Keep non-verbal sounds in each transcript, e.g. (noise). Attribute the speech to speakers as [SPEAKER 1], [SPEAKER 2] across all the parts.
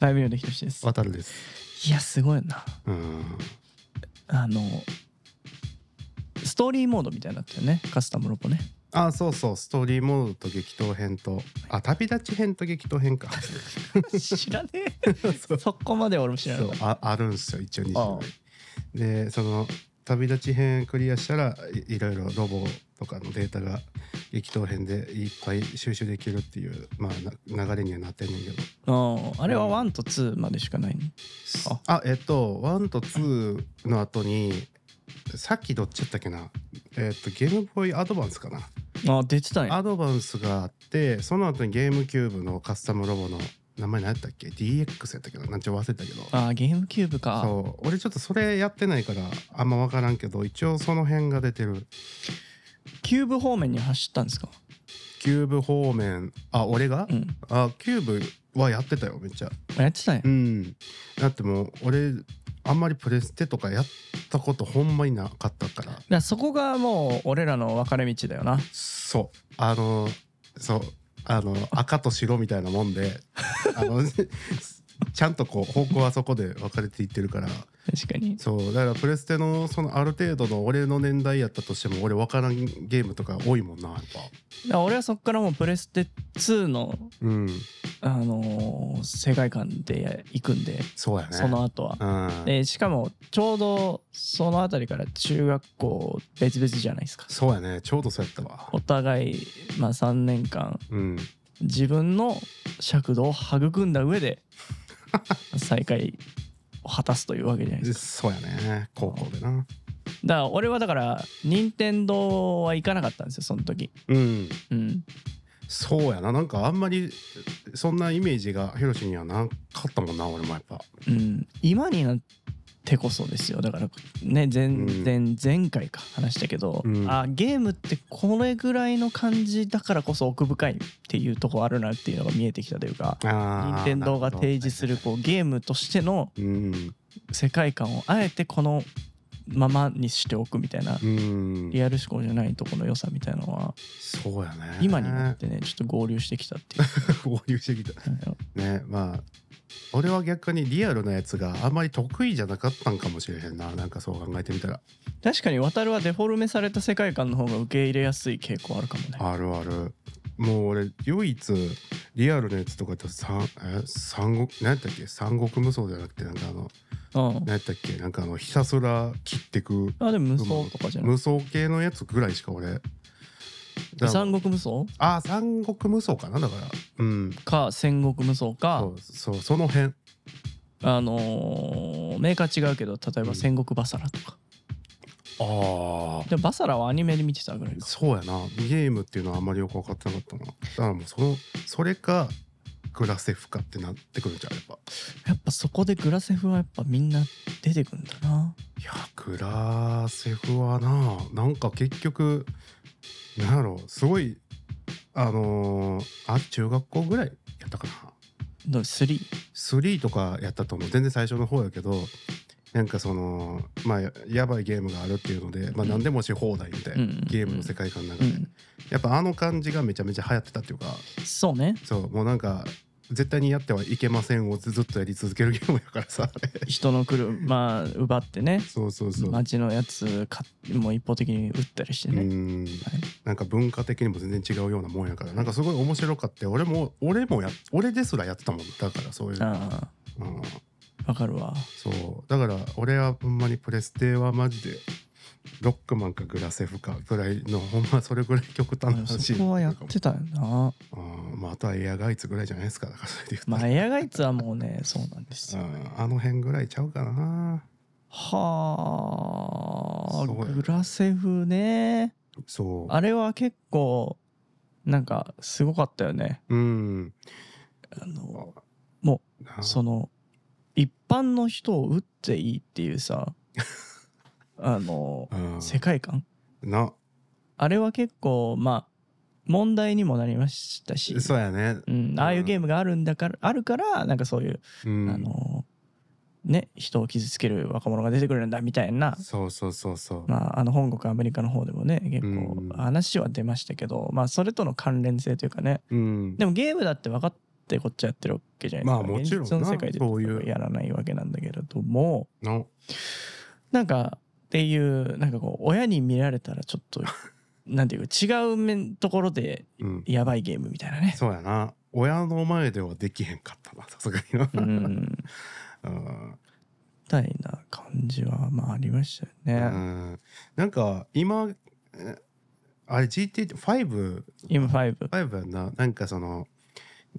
[SPEAKER 1] ライブ米仁です
[SPEAKER 2] 渡るです。
[SPEAKER 1] いやすごいな
[SPEAKER 2] うん。
[SPEAKER 1] あのストーリーモードみたいになったよねカスタムロボ (laughs) ね
[SPEAKER 2] あ、そうそう、ストーリーモードと激闘編と、あ、旅立ち編と激闘 (laughs) 編か。
[SPEAKER 1] 知らねえそこまで俺も知らな
[SPEAKER 2] そう
[SPEAKER 1] かっ
[SPEAKER 2] ああるんですよ一応2
[SPEAKER 1] ああ
[SPEAKER 2] 種類でその旅立ち編クリアしたらいいろいろロボとかのデータが激闘編でいっぱい収集できるっていう、まあ、な流れにはなってんねんけど
[SPEAKER 1] たうんあれは1と2までしかないねあ
[SPEAKER 2] あえっと1と2の後にさっきどっちやったっけなえっとゲームボーイアドバンスかな
[SPEAKER 1] あ出てたんや
[SPEAKER 2] アドバンスがあってその後にゲームキューブのカスタムロボの名前何やったっけ DX やったっけどなんちゃ忘れたけど
[SPEAKER 1] あゲームキューブか
[SPEAKER 2] そう俺ちょっとそれやってないからあんま分からんけど一応その辺が出てる
[SPEAKER 1] キューブ方面に走ったんですか
[SPEAKER 2] キューブ方面あ俺が、
[SPEAKER 1] うん
[SPEAKER 2] あキューブはやってたよめっちゃ
[SPEAKER 1] やってたんや
[SPEAKER 2] うんだってもう俺あんまりプレステとかやったことほんまになかったから
[SPEAKER 1] だからそこがもう俺らの分かれ道だよな
[SPEAKER 2] そうあのそうあの赤と白みたいなもんであの (laughs) ちゃんとこう方向はそこで分かれていってるから
[SPEAKER 1] 確かに
[SPEAKER 2] そうだからプレステのそのある程度の俺の年代やったとしても俺分からんゲームとか多いもんなやっぱ
[SPEAKER 1] だから俺はそこからもうプレステ2の、
[SPEAKER 2] うん
[SPEAKER 1] あのー世界観で行くんで、
[SPEAKER 2] そうやね
[SPEAKER 1] その後は
[SPEAKER 2] う、ん、
[SPEAKER 1] でしかもちょうどその辺りから中学校別々じゃないですか
[SPEAKER 2] そうやねちょうどそうやったわ
[SPEAKER 1] お互い、まあ、3年間
[SPEAKER 2] うん
[SPEAKER 1] 自分の尺度を育んだ上で再会を果たすというわけじゃないですか
[SPEAKER 2] そうやね高校でな
[SPEAKER 1] だから俺はだから任天堂は行かなかったんですよその時
[SPEAKER 2] うん
[SPEAKER 1] うん
[SPEAKER 2] そうやななんかあんまりそんなイメージがヒロシにはなかったもんな俺もやっぱ
[SPEAKER 1] うん、今になってこそですよだからね前,、
[SPEAKER 2] うん
[SPEAKER 1] 前前回か話したけど、
[SPEAKER 2] うん
[SPEAKER 1] あゲームってこれぐらいの感じだからこそ奥深いっていうとこあるなっていうのが見えてきたというか
[SPEAKER 2] あー
[SPEAKER 1] 任天堂が提示するこうゲームとしての
[SPEAKER 2] うん
[SPEAKER 1] 世界観をあえてこのままにしておくみたいな
[SPEAKER 2] うん
[SPEAKER 1] リアル思考じゃないとこの良さみたいなのは
[SPEAKER 2] そうやね
[SPEAKER 1] 今に
[SPEAKER 2] (laughs)
[SPEAKER 1] なってねちょっと合流してきたっていう
[SPEAKER 2] 合流してきたねまあ俺は逆にリアルなやつがあんまり得意じゃなかったんかもしれへんななんかそう考えてみたら
[SPEAKER 1] 確かに渡るはデフォルメされた世界観の方が受け入れやすい傾向あるかもね
[SPEAKER 2] あるあるもう俺唯一リアルなやつとかと三え三国何やったっけ三国無双じゃなくてなんかあの
[SPEAKER 1] うん
[SPEAKER 2] 何やったっけなんかあのひたすら切ってく
[SPEAKER 1] あでも無双とかじゃな
[SPEAKER 2] 無双系のやつぐらいしか俺
[SPEAKER 1] い三国無双
[SPEAKER 2] あ三国無双かなだからうん
[SPEAKER 1] か戦国無双
[SPEAKER 2] そ
[SPEAKER 1] か
[SPEAKER 2] うそうその辺
[SPEAKER 1] あのーメーカー違うけど例えば戦国バサラとか、
[SPEAKER 2] ああ
[SPEAKER 1] でもバサラはアニメで見てたぐらいか
[SPEAKER 2] そうやなゲームっていうのはあんまりよく分かってなかったなだからもうそのそれかグラセフかってなってくるんじゃんやっぱ
[SPEAKER 1] やっぱそこでグラセフはやっぱみんな出てくんだない
[SPEAKER 2] やグラセフはななんか結局なんやろうすごいあのーあ中学校ぐらいやったかな
[SPEAKER 1] の3
[SPEAKER 2] 3とかやったと思う全然最初の方やけどなんかそのまあややばいゲームがあるっていうので、まあ、
[SPEAKER 1] うん
[SPEAKER 2] 何でもし放題みたいな、
[SPEAKER 1] うんうんうん
[SPEAKER 2] ゲームの世界観の中
[SPEAKER 1] う
[SPEAKER 2] で、
[SPEAKER 1] ん
[SPEAKER 2] やっぱあの感じがめちゃめちゃ流行ってたっていうか
[SPEAKER 1] そうね
[SPEAKER 2] そうもうなんか絶対にやってはいけませんをずずっとやり続けるゲームやからさ (laughs) あれ
[SPEAKER 1] 人の車奪ってね
[SPEAKER 2] そうそうそう、
[SPEAKER 1] 街のやつかもう一方的に撃ったりして
[SPEAKER 2] う
[SPEAKER 1] ね、
[SPEAKER 2] んなんか文化的にも全然違うようなもんやからなんかすごい面白かって俺も俺もや俺ですらやってたもんだからそういう、
[SPEAKER 1] あ
[SPEAKER 2] うん、
[SPEAKER 1] あわかるわ
[SPEAKER 2] そうだから俺はほんまにプレステはマジでロックマンかグラセフかぐらいのほんまそれぐらい極端な話
[SPEAKER 1] そこはやってたよな
[SPEAKER 2] うんまあ、あとはエアガイツぐらいじゃないですかだからそれで言った
[SPEAKER 1] ま
[SPEAKER 2] ら
[SPEAKER 1] あエアガイツはもうねそうなんですよ
[SPEAKER 2] うんあの辺ぐらいちゃうかな
[SPEAKER 1] はあ
[SPEAKER 2] すごい
[SPEAKER 1] グラセフね
[SPEAKER 2] そう
[SPEAKER 1] あれは結構なんかすごかったよね
[SPEAKER 2] うん
[SPEAKER 1] あの
[SPEAKER 2] な
[SPEAKER 1] その一般の人を撃っていいっていう
[SPEAKER 2] (laughs)
[SPEAKER 1] さあの
[SPEAKER 2] うん
[SPEAKER 1] 世界観
[SPEAKER 2] な
[SPEAKER 1] あれは結構まあ問題にもなりましたし、
[SPEAKER 2] そうやね、
[SPEAKER 1] うん、ああいうゲームがあるんだからあるからなんかそういう、
[SPEAKER 2] うん、
[SPEAKER 1] あのね人を傷つける若者が出てくるんだみたいな
[SPEAKER 2] そうそうそうそう、
[SPEAKER 1] まあ、あの本国アメリカの方でもね結
[SPEAKER 2] うん
[SPEAKER 1] 構話は出ましたけど、まあそれとの関連性というかね
[SPEAKER 2] うん
[SPEAKER 1] でもゲームだって分かっってこっちはやってるわけじゃない
[SPEAKER 2] まあもちろんな
[SPEAKER 1] 現実の世界で
[SPEAKER 2] そういう
[SPEAKER 1] やらないわけなんだけれども
[SPEAKER 2] の
[SPEAKER 1] なんかっていうなんかこう親に見られたらちょっ
[SPEAKER 2] (laughs)
[SPEAKER 1] となんていうか違う面ところで
[SPEAKER 2] うん
[SPEAKER 1] やばいゲームみたいなね。
[SPEAKER 2] そうやな親の前ではできへんかったなさすがにな、
[SPEAKER 1] うん
[SPEAKER 2] うん
[SPEAKER 1] みたいな感じはまあありましたよ
[SPEAKER 2] う
[SPEAKER 1] (laughs) ね。
[SPEAKER 2] んなんか今えあれ GT5
[SPEAKER 1] 今5。
[SPEAKER 2] 5やんななんかその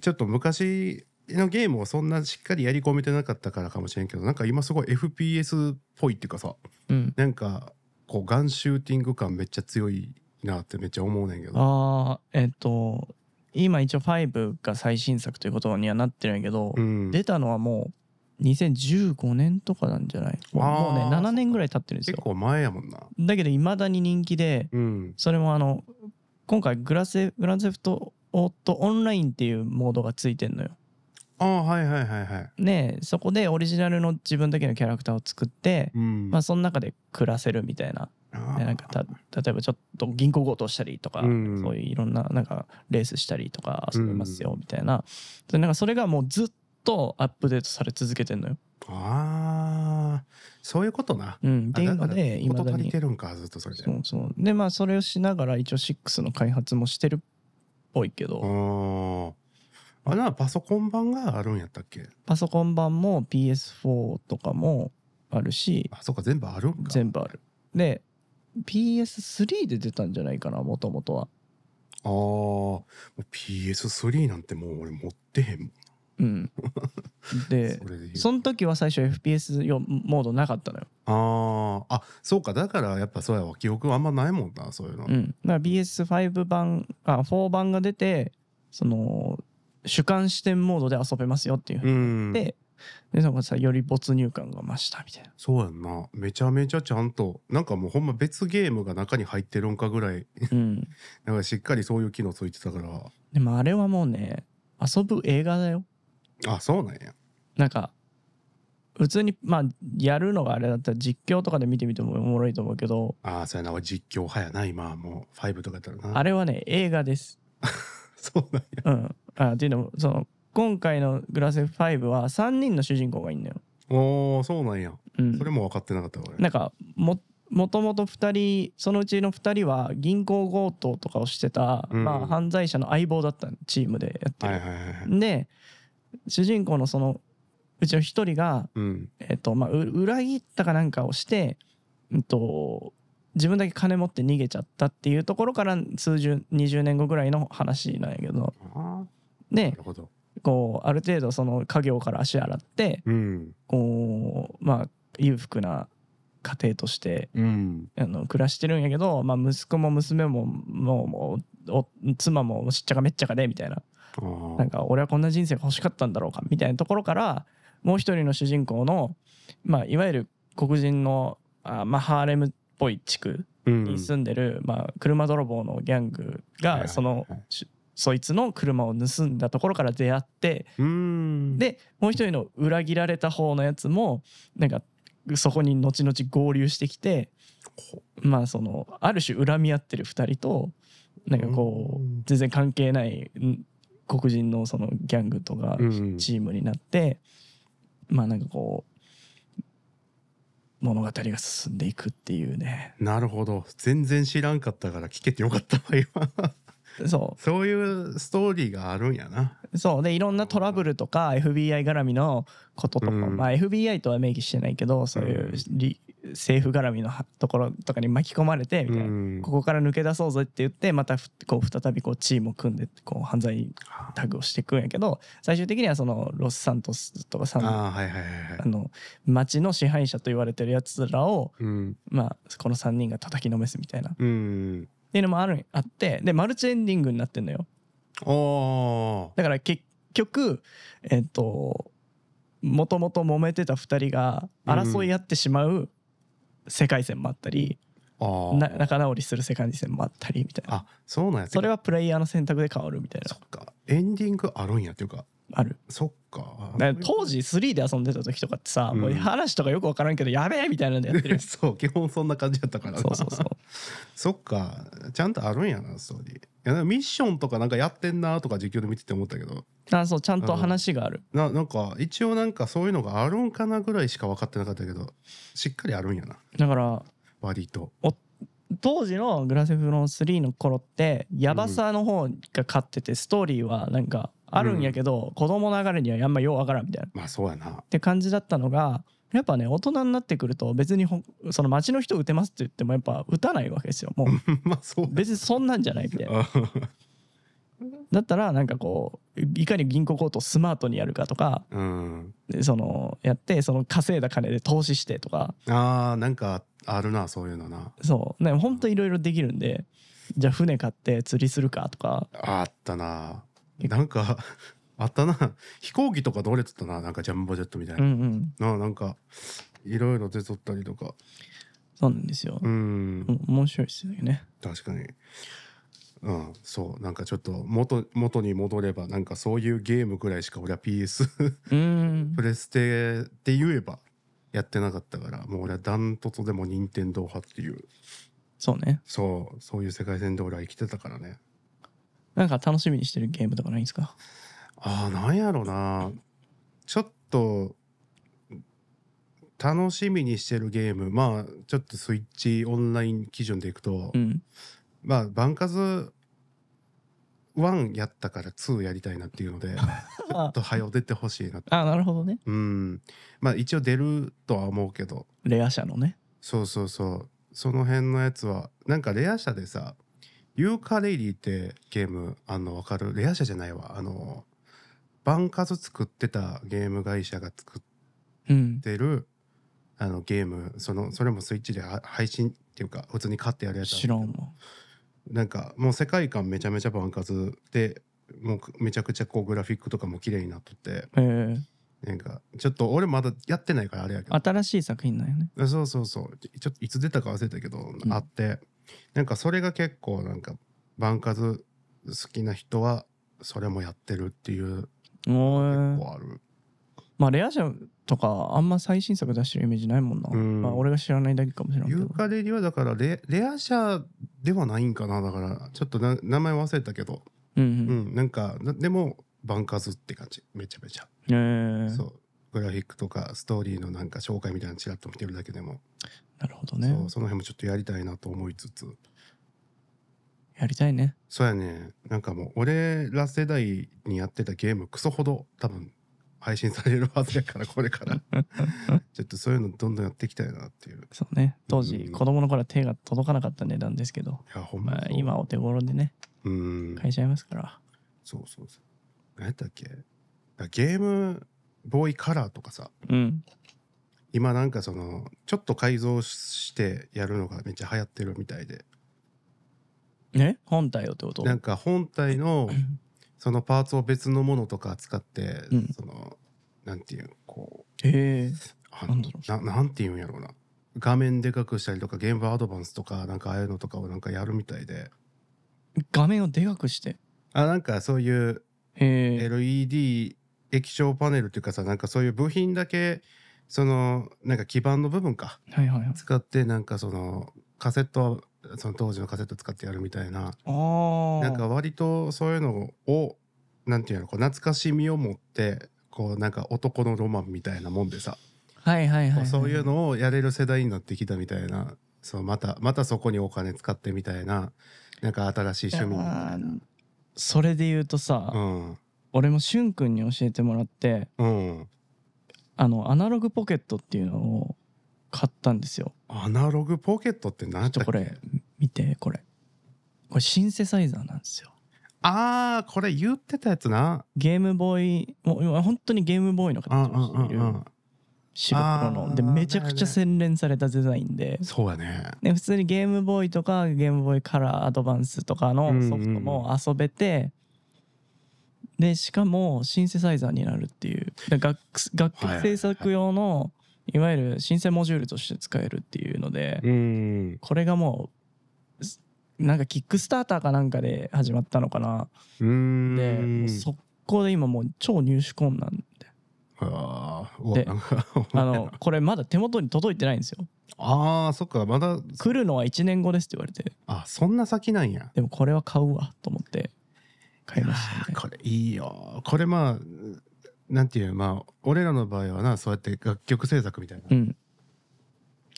[SPEAKER 2] ちょっと昔のゲームをそんなしっかりやり込めてなかったからかもしれんけどなんか今すごい FPS っぽいっていうかさ
[SPEAKER 1] うん、
[SPEAKER 2] なんかこうガンシューティング感めっちゃ強いなってめっちゃ思うねんけど
[SPEAKER 1] ああえっ、と今一応5が最新作ということにはなってるんやけど、
[SPEAKER 2] うん
[SPEAKER 1] 出たのはもう2015年とかなんじゃないもう
[SPEAKER 2] あー
[SPEAKER 1] もうね7年ぐらい経ってるんです
[SPEAKER 2] 結
[SPEAKER 1] よ。
[SPEAKER 2] 構前やもんな
[SPEAKER 1] だけどいまだに人気で
[SPEAKER 2] うん
[SPEAKER 1] それもあの今回グラセグランドセフトオートオンラインっていうモードがついてんのよ。
[SPEAKER 2] ああはいはいはいはい
[SPEAKER 1] ねえそこでオリジナルの自分だけのキャラクターを作って、
[SPEAKER 2] うん
[SPEAKER 1] まあその中で暮らせるみたいな
[SPEAKER 2] あ
[SPEAKER 1] で
[SPEAKER 2] ー
[SPEAKER 1] なんかた例えばちょっと銀行強盗したりとか、
[SPEAKER 2] うん
[SPEAKER 1] そういういろんななんかレースしたりとか遊びますよみたいな,、でなんかそれがもうずっとアップデートされ続けてんのよ。
[SPEAKER 2] あーそういうことな
[SPEAKER 1] うん、っていうの
[SPEAKER 2] あだから
[SPEAKER 1] でいま
[SPEAKER 2] 事
[SPEAKER 1] だ
[SPEAKER 2] 足り
[SPEAKER 1] に
[SPEAKER 2] てるんかずっとそれで
[SPEAKER 1] そうそうでまあそれをしながら一応6の開発もしてるっぽいけど、
[SPEAKER 2] あああれはパソコン版があるんやったっけ
[SPEAKER 1] パソコン版も PS4 とかもあるし
[SPEAKER 2] あそうか全部あるんか
[SPEAKER 1] 全部ある。で PS3 で出たんじゃないかなもともとは。
[SPEAKER 2] ああもう PS3 なんてもう俺持ってへんもん (laughs)
[SPEAKER 1] うん、で
[SPEAKER 2] それで言う
[SPEAKER 1] その時は最初 FPS 用モードなかったのよ。
[SPEAKER 2] あああそうかだからやっぱそうやわ記憶あんまないもんなそういうの、
[SPEAKER 1] うん、だから BS5 版あ4版が出てその主観視点モードで遊べますよっていう、
[SPEAKER 2] うん
[SPEAKER 1] ででなんかさより没入感が増したみたいな
[SPEAKER 2] そうやんなめちゃめちゃちゃんとなんかもうほんま別ゲームが中に入ってるんかぐらい
[SPEAKER 1] うん
[SPEAKER 2] なんかしっかりそういう機能ついてたから
[SPEAKER 1] でもあれはもうね遊ぶ映画だよ
[SPEAKER 2] あそうなんや
[SPEAKER 1] なんか普通にまあやるのがあれだったら実況とかで見てみてもおもろいと思うけど
[SPEAKER 2] ああそうやな俺実況派やな今はもう5とかやったらな
[SPEAKER 1] あれはね映画です
[SPEAKER 2] (laughs) そうなんや
[SPEAKER 1] うんあっていうのもその今回の「グラセフ5」は3人の主人公がいんのよ、
[SPEAKER 2] おーそうなんや
[SPEAKER 1] うん
[SPEAKER 2] そ、れも分かってなかったわ俺
[SPEAKER 1] なんかももともと2人そのうちの2人は銀行強盗とかをしてた、
[SPEAKER 2] うん
[SPEAKER 1] まあ、犯罪者の相棒だったチームでやってる。
[SPEAKER 2] はいはいはいはい
[SPEAKER 1] で主人公のそのうちの1人が、
[SPEAKER 2] うん
[SPEAKER 1] えっとまあ、う裏切ったかなんかをして、うんと、自分だけ金持って逃げちゃったっていうところから数十20年後ぐらいの話なんやけど
[SPEAKER 2] あーな
[SPEAKER 1] で
[SPEAKER 2] るほど
[SPEAKER 1] こうある程度その家業から足洗って
[SPEAKER 2] うん
[SPEAKER 1] こうまあ裕福な家庭として
[SPEAKER 2] うん
[SPEAKER 1] あの暮らしてるんやけど、まあ、息子も娘ももうもうお妻もしっちゃかめっちゃかでみたいな
[SPEAKER 2] あ
[SPEAKER 1] な
[SPEAKER 2] ー
[SPEAKER 1] んか俺はこんな人生が欲しかったんだろうかみたいなところからもう一人の主人公の、まあ、いわゆる黒人のあ、まあ、ハーレムっぽい地区
[SPEAKER 2] うん
[SPEAKER 1] に住んでる、まあ、車泥棒のギャング
[SPEAKER 2] はいはいは
[SPEAKER 1] が
[SPEAKER 2] い
[SPEAKER 1] その、しそいつの車を盗んだところから出会って
[SPEAKER 2] うん
[SPEAKER 1] でもう一人の裏切られた方のやつもなんかそこに後々合流してきて。
[SPEAKER 2] こ
[SPEAKER 1] まあそのある種恨み合ってる2人となんかこう
[SPEAKER 2] うん
[SPEAKER 1] 全然関係ないん黒人のそのギャングとか
[SPEAKER 2] うん
[SPEAKER 1] チームになってまあなんかこう物語が進んでいくっていうね
[SPEAKER 2] なるほど全然知らんかったから聞けてよかったわ今 (laughs)
[SPEAKER 1] そ
[SPEAKER 2] そういうストーリーがあるんやな
[SPEAKER 1] うそうでいろんなトラブルとか FBI 絡みのこととか、
[SPEAKER 2] うん
[SPEAKER 1] まあ FBI とは明記してないけどそういうり政府絡みのはところとかに巻き込まれてみたいな。
[SPEAKER 2] うん
[SPEAKER 1] ここから抜け出そうぜって言ってまたふこう再びこうチームを組んでこう犯罪タッグをしていくんやけど最終的にはそのロスサントスとかさあ
[SPEAKER 2] あーはいはいはいはい
[SPEAKER 1] の町の支配者と言われてるやつらを、
[SPEAKER 2] うん
[SPEAKER 1] まあ、この3人が叩きのめすみたいなっ
[SPEAKER 2] うん
[SPEAKER 1] ていうのもあるあってでマルチエンディングになってんのよ
[SPEAKER 2] お
[SPEAKER 1] だから結局えっ、ともともと揉めてた2人が争い合ってしまう世界線もあったり、
[SPEAKER 2] あー
[SPEAKER 1] な仲直りする世界線もあったりみたいな
[SPEAKER 2] あそうなんや
[SPEAKER 1] それ
[SPEAKER 2] は
[SPEAKER 1] はプレイヤーの選択で変わるみたいな
[SPEAKER 2] そっかエンディングあるんやっていうか
[SPEAKER 1] ある
[SPEAKER 2] そっか
[SPEAKER 1] だから当時3で遊んでた時とかってさ、
[SPEAKER 2] うん
[SPEAKER 1] もう話とかよく分からんけどやべえみたいなんでやってるやん
[SPEAKER 2] (laughs) そう基本そんな感じやったからな
[SPEAKER 1] そうそうそう
[SPEAKER 2] (laughs) そっかちゃんとあるんやなストーリーいやなんかミッションとかなんかやってんなとか実況で見てて思ったけど
[SPEAKER 1] あそうちゃんと話がある、
[SPEAKER 2] ななんか一応なんかそういうのがあるんかなぐらいしか分かってなかったけどしっかりあるんやな
[SPEAKER 1] だから
[SPEAKER 2] 割と
[SPEAKER 1] 当時のグラセフロン3の頃ってヤバさの方が勝っててストーリーはなんかあるんやけど、子供の流れにはあんまようわからんみたいなっ
[SPEAKER 2] まあそうやな (laughs)
[SPEAKER 1] て感じだったのがやっぱね大人になってくると別にほその街の人打てますって言ってもやっぱ打たないわけですよもう
[SPEAKER 2] まあそう
[SPEAKER 1] 別にそんなんじゃないみたいな
[SPEAKER 2] あ
[SPEAKER 1] だったらなんかこういかに銀行強盗をスマートにやるかとか
[SPEAKER 2] (laughs) うん
[SPEAKER 1] でそのやってその稼いだ金で投資してとか
[SPEAKER 2] あーなんかあるなそういうのな
[SPEAKER 1] そうねほんといろいろできるんでじゃあ船買って釣りするかとか
[SPEAKER 2] あったななんか (laughs) あったな飛行機とかどれっつったななんかジャンボジェットみたい
[SPEAKER 1] うん
[SPEAKER 2] な、
[SPEAKER 1] うん
[SPEAKER 2] ななんかいろいろ出とったりとか
[SPEAKER 1] そうなんですよ
[SPEAKER 2] うん
[SPEAKER 1] うん面白いですよね。
[SPEAKER 2] 確かにうんそうなんかちょっと元元に戻ればなんかそういうゲームぐらいしか俺は (laughs) PS
[SPEAKER 1] うん
[SPEAKER 2] プ。レステって言えばやってなかったからもう俺はダントツでも任天堂派っていう
[SPEAKER 1] そうね。
[SPEAKER 2] そうそういう世界線で俺は生きてたからね
[SPEAKER 1] なんか楽しみにしてるゲームとかないんですか。
[SPEAKER 2] あーなんやろなちょっと楽しみにしてるゲームまあちょっとスイッチオンライン基準でいくと、
[SPEAKER 1] うん。
[SPEAKER 2] まあバンカズ1やったから2やりたいなっていうのでちょっと早う出てほしいな
[SPEAKER 1] あ、なるほどね。
[SPEAKER 2] うんまあ一応出るとは思うけど
[SPEAKER 1] レア社のね。
[SPEAKER 2] そうそうそうその辺のやつはなんかレア社でさユーカレイリーってゲームあのわかるレア社じゃないわあのバンカズ作ってたゲーム会社が作っ
[SPEAKER 1] うん。
[SPEAKER 2] てるあのゲームそのそれもスイッチでは配信っていうか普通に買ってやるやつなんだけ
[SPEAKER 1] 知
[SPEAKER 2] ど
[SPEAKER 1] らんわ。
[SPEAKER 2] なんかもう世界観めちゃめちゃバンカツでもうめちゃくちゃこうグラフィックとかも綺麗になっとって
[SPEAKER 1] ええ
[SPEAKER 2] なんかちょっと俺まだやってないからあれやけど
[SPEAKER 1] 新しい作品なんよね。
[SPEAKER 2] そうそうそうちょちょっといつ出たか忘れたけど、
[SPEAKER 1] ん
[SPEAKER 2] あってなんかそれが結構なんかバンカツ好きな人はそれもやってるっていう
[SPEAKER 1] お
[SPEAKER 2] 結
[SPEAKER 1] ー
[SPEAKER 2] 構ある、
[SPEAKER 1] まあレア社とかあんま最新作出してるイメージないもんな。
[SPEAKER 2] うん
[SPEAKER 1] まあ俺が知らないだけかもしれないけ
[SPEAKER 2] ユ
[SPEAKER 1] ど
[SPEAKER 2] ー。カレリはだからレレア社ではないんかなだからちょっとな名前忘れたけど
[SPEAKER 1] うん
[SPEAKER 2] う
[SPEAKER 1] うん
[SPEAKER 2] ん、なんかなでもバンカツって感じめちゃめちゃ。
[SPEAKER 1] ええ
[SPEAKER 2] そうグラフィックとかストーリーのなんか紹介みたいなのちらっと見てるだけでも、
[SPEAKER 1] なるほどね
[SPEAKER 2] そ。うその辺もちょっとやりたいなと思いつつ
[SPEAKER 1] やりたいね。
[SPEAKER 2] そうやねなんかもう俺ら世代にやってたゲームクソほど多分配信されるはずやからこれから
[SPEAKER 1] (laughs)
[SPEAKER 2] ちょっとそういうのどんどんやっていきたいなっていうい
[SPEAKER 1] そうね。当
[SPEAKER 2] う
[SPEAKER 1] 時
[SPEAKER 2] ん
[SPEAKER 1] 子供の頃は手が届かなかった値段ですけど、
[SPEAKER 2] やほんま
[SPEAKER 1] まあ
[SPEAKER 2] そう
[SPEAKER 1] 今お手頃でね
[SPEAKER 2] うん、
[SPEAKER 1] 買えちゃいますから。
[SPEAKER 2] そうそうそう何やったっけだからゲームボーイカラーとかさ
[SPEAKER 1] うん。
[SPEAKER 2] 今なんかそのちょっと改造してやるのがめっちゃ流行ってるみたいで
[SPEAKER 1] ね本体をってこと。
[SPEAKER 2] なんか本
[SPEAKER 1] (laughs)
[SPEAKER 2] 体のそのパーツを別のものとか使って、
[SPEAKER 1] うん
[SPEAKER 2] そのなんていうこう
[SPEAKER 1] ええ
[SPEAKER 2] あ
[SPEAKER 1] な
[SPEAKER 2] の
[SPEAKER 1] んだろう
[SPEAKER 2] ななんていうんやろうな画面でかくしたりとかゲームアドバンスとかなんかああいうのとかをなんかやるみたいで
[SPEAKER 1] 画面をでかくして。
[SPEAKER 2] あなんかそういう
[SPEAKER 1] へえ。
[SPEAKER 2] LED 液晶パネルっていうかさなんかそういう部品だけそのなんか基板の部分か
[SPEAKER 1] はいはいはい。
[SPEAKER 2] 使ってなんかそのカセットその当時のカセット使ってやるみたいな
[SPEAKER 1] ああ。
[SPEAKER 2] なんか割とそういうのをなんていうのこう懐かしみを持ってこうなんか男のロマンみたいなもんでさ、
[SPEAKER 1] はいはい
[SPEAKER 2] こ
[SPEAKER 1] は
[SPEAKER 2] う
[SPEAKER 1] い。
[SPEAKER 2] そういう。のをやれる世代になってきたみたいなそうまたまたそこにお金使ってみたいななんか新しい趣味みたいな。
[SPEAKER 1] それで言うとさ、
[SPEAKER 2] うん
[SPEAKER 1] 俺もしゅんくんに教えてもらって、
[SPEAKER 2] うん、
[SPEAKER 1] あのアナログポケットっていうのを買ったんですよ。
[SPEAKER 2] アナログポケットって何
[SPEAKER 1] ちょっと
[SPEAKER 2] だったっ
[SPEAKER 1] こ
[SPEAKER 2] け
[SPEAKER 1] れ見てこれ。これシンセサイザーなんですよ。
[SPEAKER 2] あーこれ言ってたやつな
[SPEAKER 1] ゲームボーイもう今本当にゲームボーイの形
[SPEAKER 2] うん
[SPEAKER 1] を
[SPEAKER 2] うん
[SPEAKER 1] していうる
[SPEAKER 2] んうん
[SPEAKER 1] 白黒
[SPEAKER 2] あ
[SPEAKER 1] の
[SPEAKER 2] ー
[SPEAKER 1] でめちゃくちゃ洗練されたデザインで
[SPEAKER 2] そうやね
[SPEAKER 1] で普通にゲームボーイとかゲームボーイカラーアドバンスとかのソフトも遊べて、でしかもシンセサイザーになるっていうだから楽楽曲制作用のいわゆるシンセモジュールとして使えるっていうので、
[SPEAKER 2] うん
[SPEAKER 1] これがもうすなんかキックスターターかなんかで始まったのかな、
[SPEAKER 2] うん
[SPEAKER 1] でもう速校で今もう超入手困難で
[SPEAKER 2] あーうわ
[SPEAKER 1] で
[SPEAKER 2] なんか
[SPEAKER 1] あのこれまだ手元に届いてないんですよ
[SPEAKER 2] (laughs) あーそっかまだ
[SPEAKER 1] 来るのは1年後ですって言われて
[SPEAKER 2] あそんな先なんや
[SPEAKER 1] でもこれは買うわと思って買いましたね
[SPEAKER 2] あーこれいいよこれまあなんていうまあ俺らの場合はなそうやって楽曲制作みたいな、
[SPEAKER 1] うん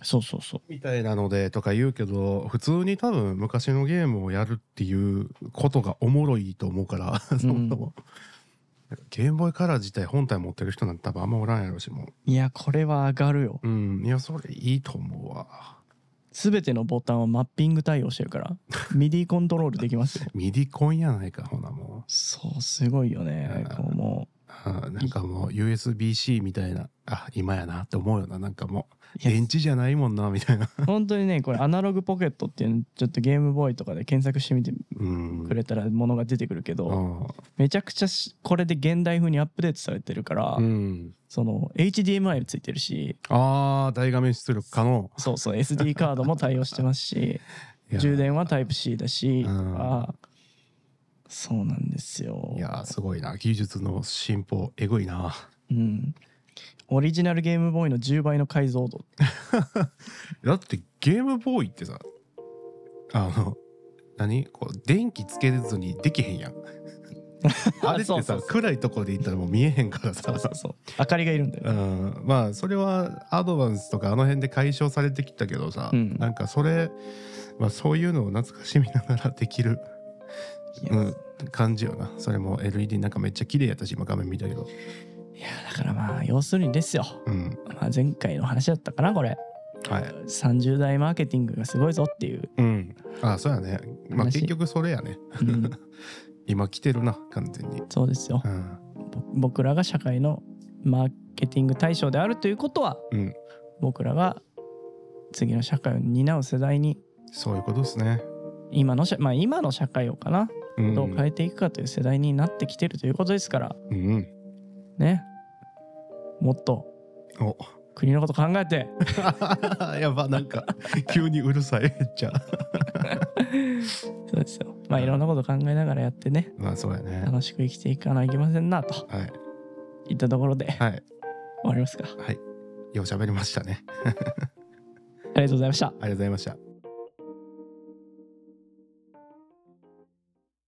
[SPEAKER 1] そうそうそう
[SPEAKER 2] みたいなのでとか言うけど普通に多分昔のゲームをやるっていうことがおもろいと思うからそもそも、ゲームボーイカラー自体本体持ってる人なんて多分あんまおらんやろしも
[SPEAKER 1] いやこれは上がるよ
[SPEAKER 2] ううんいやそれいいと思うわ
[SPEAKER 1] 全てのボタンをマッピング対応してるから
[SPEAKER 2] (laughs)
[SPEAKER 1] ミディコントロールできますよ
[SPEAKER 2] ミディコンやないかほなも
[SPEAKER 1] そうすごいよね
[SPEAKER 2] うん
[SPEAKER 1] こうも
[SPEAKER 2] うあなんかもう USB-C みたいなあ今やなって思うよななんかもう
[SPEAKER 1] ういや
[SPEAKER 2] 電池じゃないもんなみたいな
[SPEAKER 1] 本当にねこれアナログポケットっていうのちょっとゲームボーイとかで検索してみて
[SPEAKER 2] うん
[SPEAKER 1] くれたらものが出てくるけど、
[SPEAKER 2] うん
[SPEAKER 1] めちゃくちゃしこれで現代風にアップデートされてるから、
[SPEAKER 2] うん、
[SPEAKER 1] その HDMI ついてるし
[SPEAKER 2] あー大画面出力可能
[SPEAKER 1] そうそう SD カードも対応してますし
[SPEAKER 2] いや
[SPEAKER 1] 充電はタイプ C だし、
[SPEAKER 2] うん
[SPEAKER 1] あそうなんですよ
[SPEAKER 2] いやーすごいな技術の進歩えぐいな
[SPEAKER 1] うん、オリジナルゲームボーイの10倍の解像度
[SPEAKER 2] だってゲームボーイってさあの何こう電気つけずにできへ
[SPEAKER 1] (laughs)
[SPEAKER 2] んやんあれってさ
[SPEAKER 1] そうそうそう
[SPEAKER 2] 暗いとこで行ったらもう見えへんからさ
[SPEAKER 1] そうそうそう明かりがいるんだよね、
[SPEAKER 2] うん、まあそれはアドバンスとかあの辺で解消されてきたけどさ、
[SPEAKER 1] うん
[SPEAKER 2] なんかそれ、まあ、そういうのを懐かしみながらできる、
[SPEAKER 1] いや
[SPEAKER 2] うん、感じよなそれも LED なんかめっちゃ綺麗やったし今画面見たけど、
[SPEAKER 1] いやだからまあ要するにですよ、
[SPEAKER 2] うん
[SPEAKER 1] まあ、前回の話だったかなこれ
[SPEAKER 2] はい
[SPEAKER 1] 30代マーケティングがすごいぞっていう、
[SPEAKER 2] うん、あそうやねまあ
[SPEAKER 1] 話
[SPEAKER 2] 結局それやね (laughs)
[SPEAKER 1] うん、
[SPEAKER 2] 今来てるな完全に、
[SPEAKER 1] そうですよ
[SPEAKER 2] うん、
[SPEAKER 1] ぼ僕らが社会のマーケティング対象であるということは、
[SPEAKER 2] うん
[SPEAKER 1] 僕らが次の社会を担う世代に
[SPEAKER 2] そういうことですね、
[SPEAKER 1] 今の社まあ今の社会をかな、
[SPEAKER 2] うん、
[SPEAKER 1] どう変えていくかという世代になってきてるということですから
[SPEAKER 2] うん
[SPEAKER 1] ねもっと
[SPEAKER 2] お
[SPEAKER 1] 国のこと考えて
[SPEAKER 2] (laughs) やばなん (laughs) か急にうるさいめっちゃ
[SPEAKER 1] そうですよまあいろんなこと考えながらやってね
[SPEAKER 2] まあそうやね
[SPEAKER 1] 楽しく生きていかないといけませんなと
[SPEAKER 2] はい
[SPEAKER 1] いったところで終
[SPEAKER 2] はい
[SPEAKER 1] わりますかあ
[SPEAKER 2] はいよう喋りましたね
[SPEAKER 1] りがとうございました
[SPEAKER 2] ありがとうございました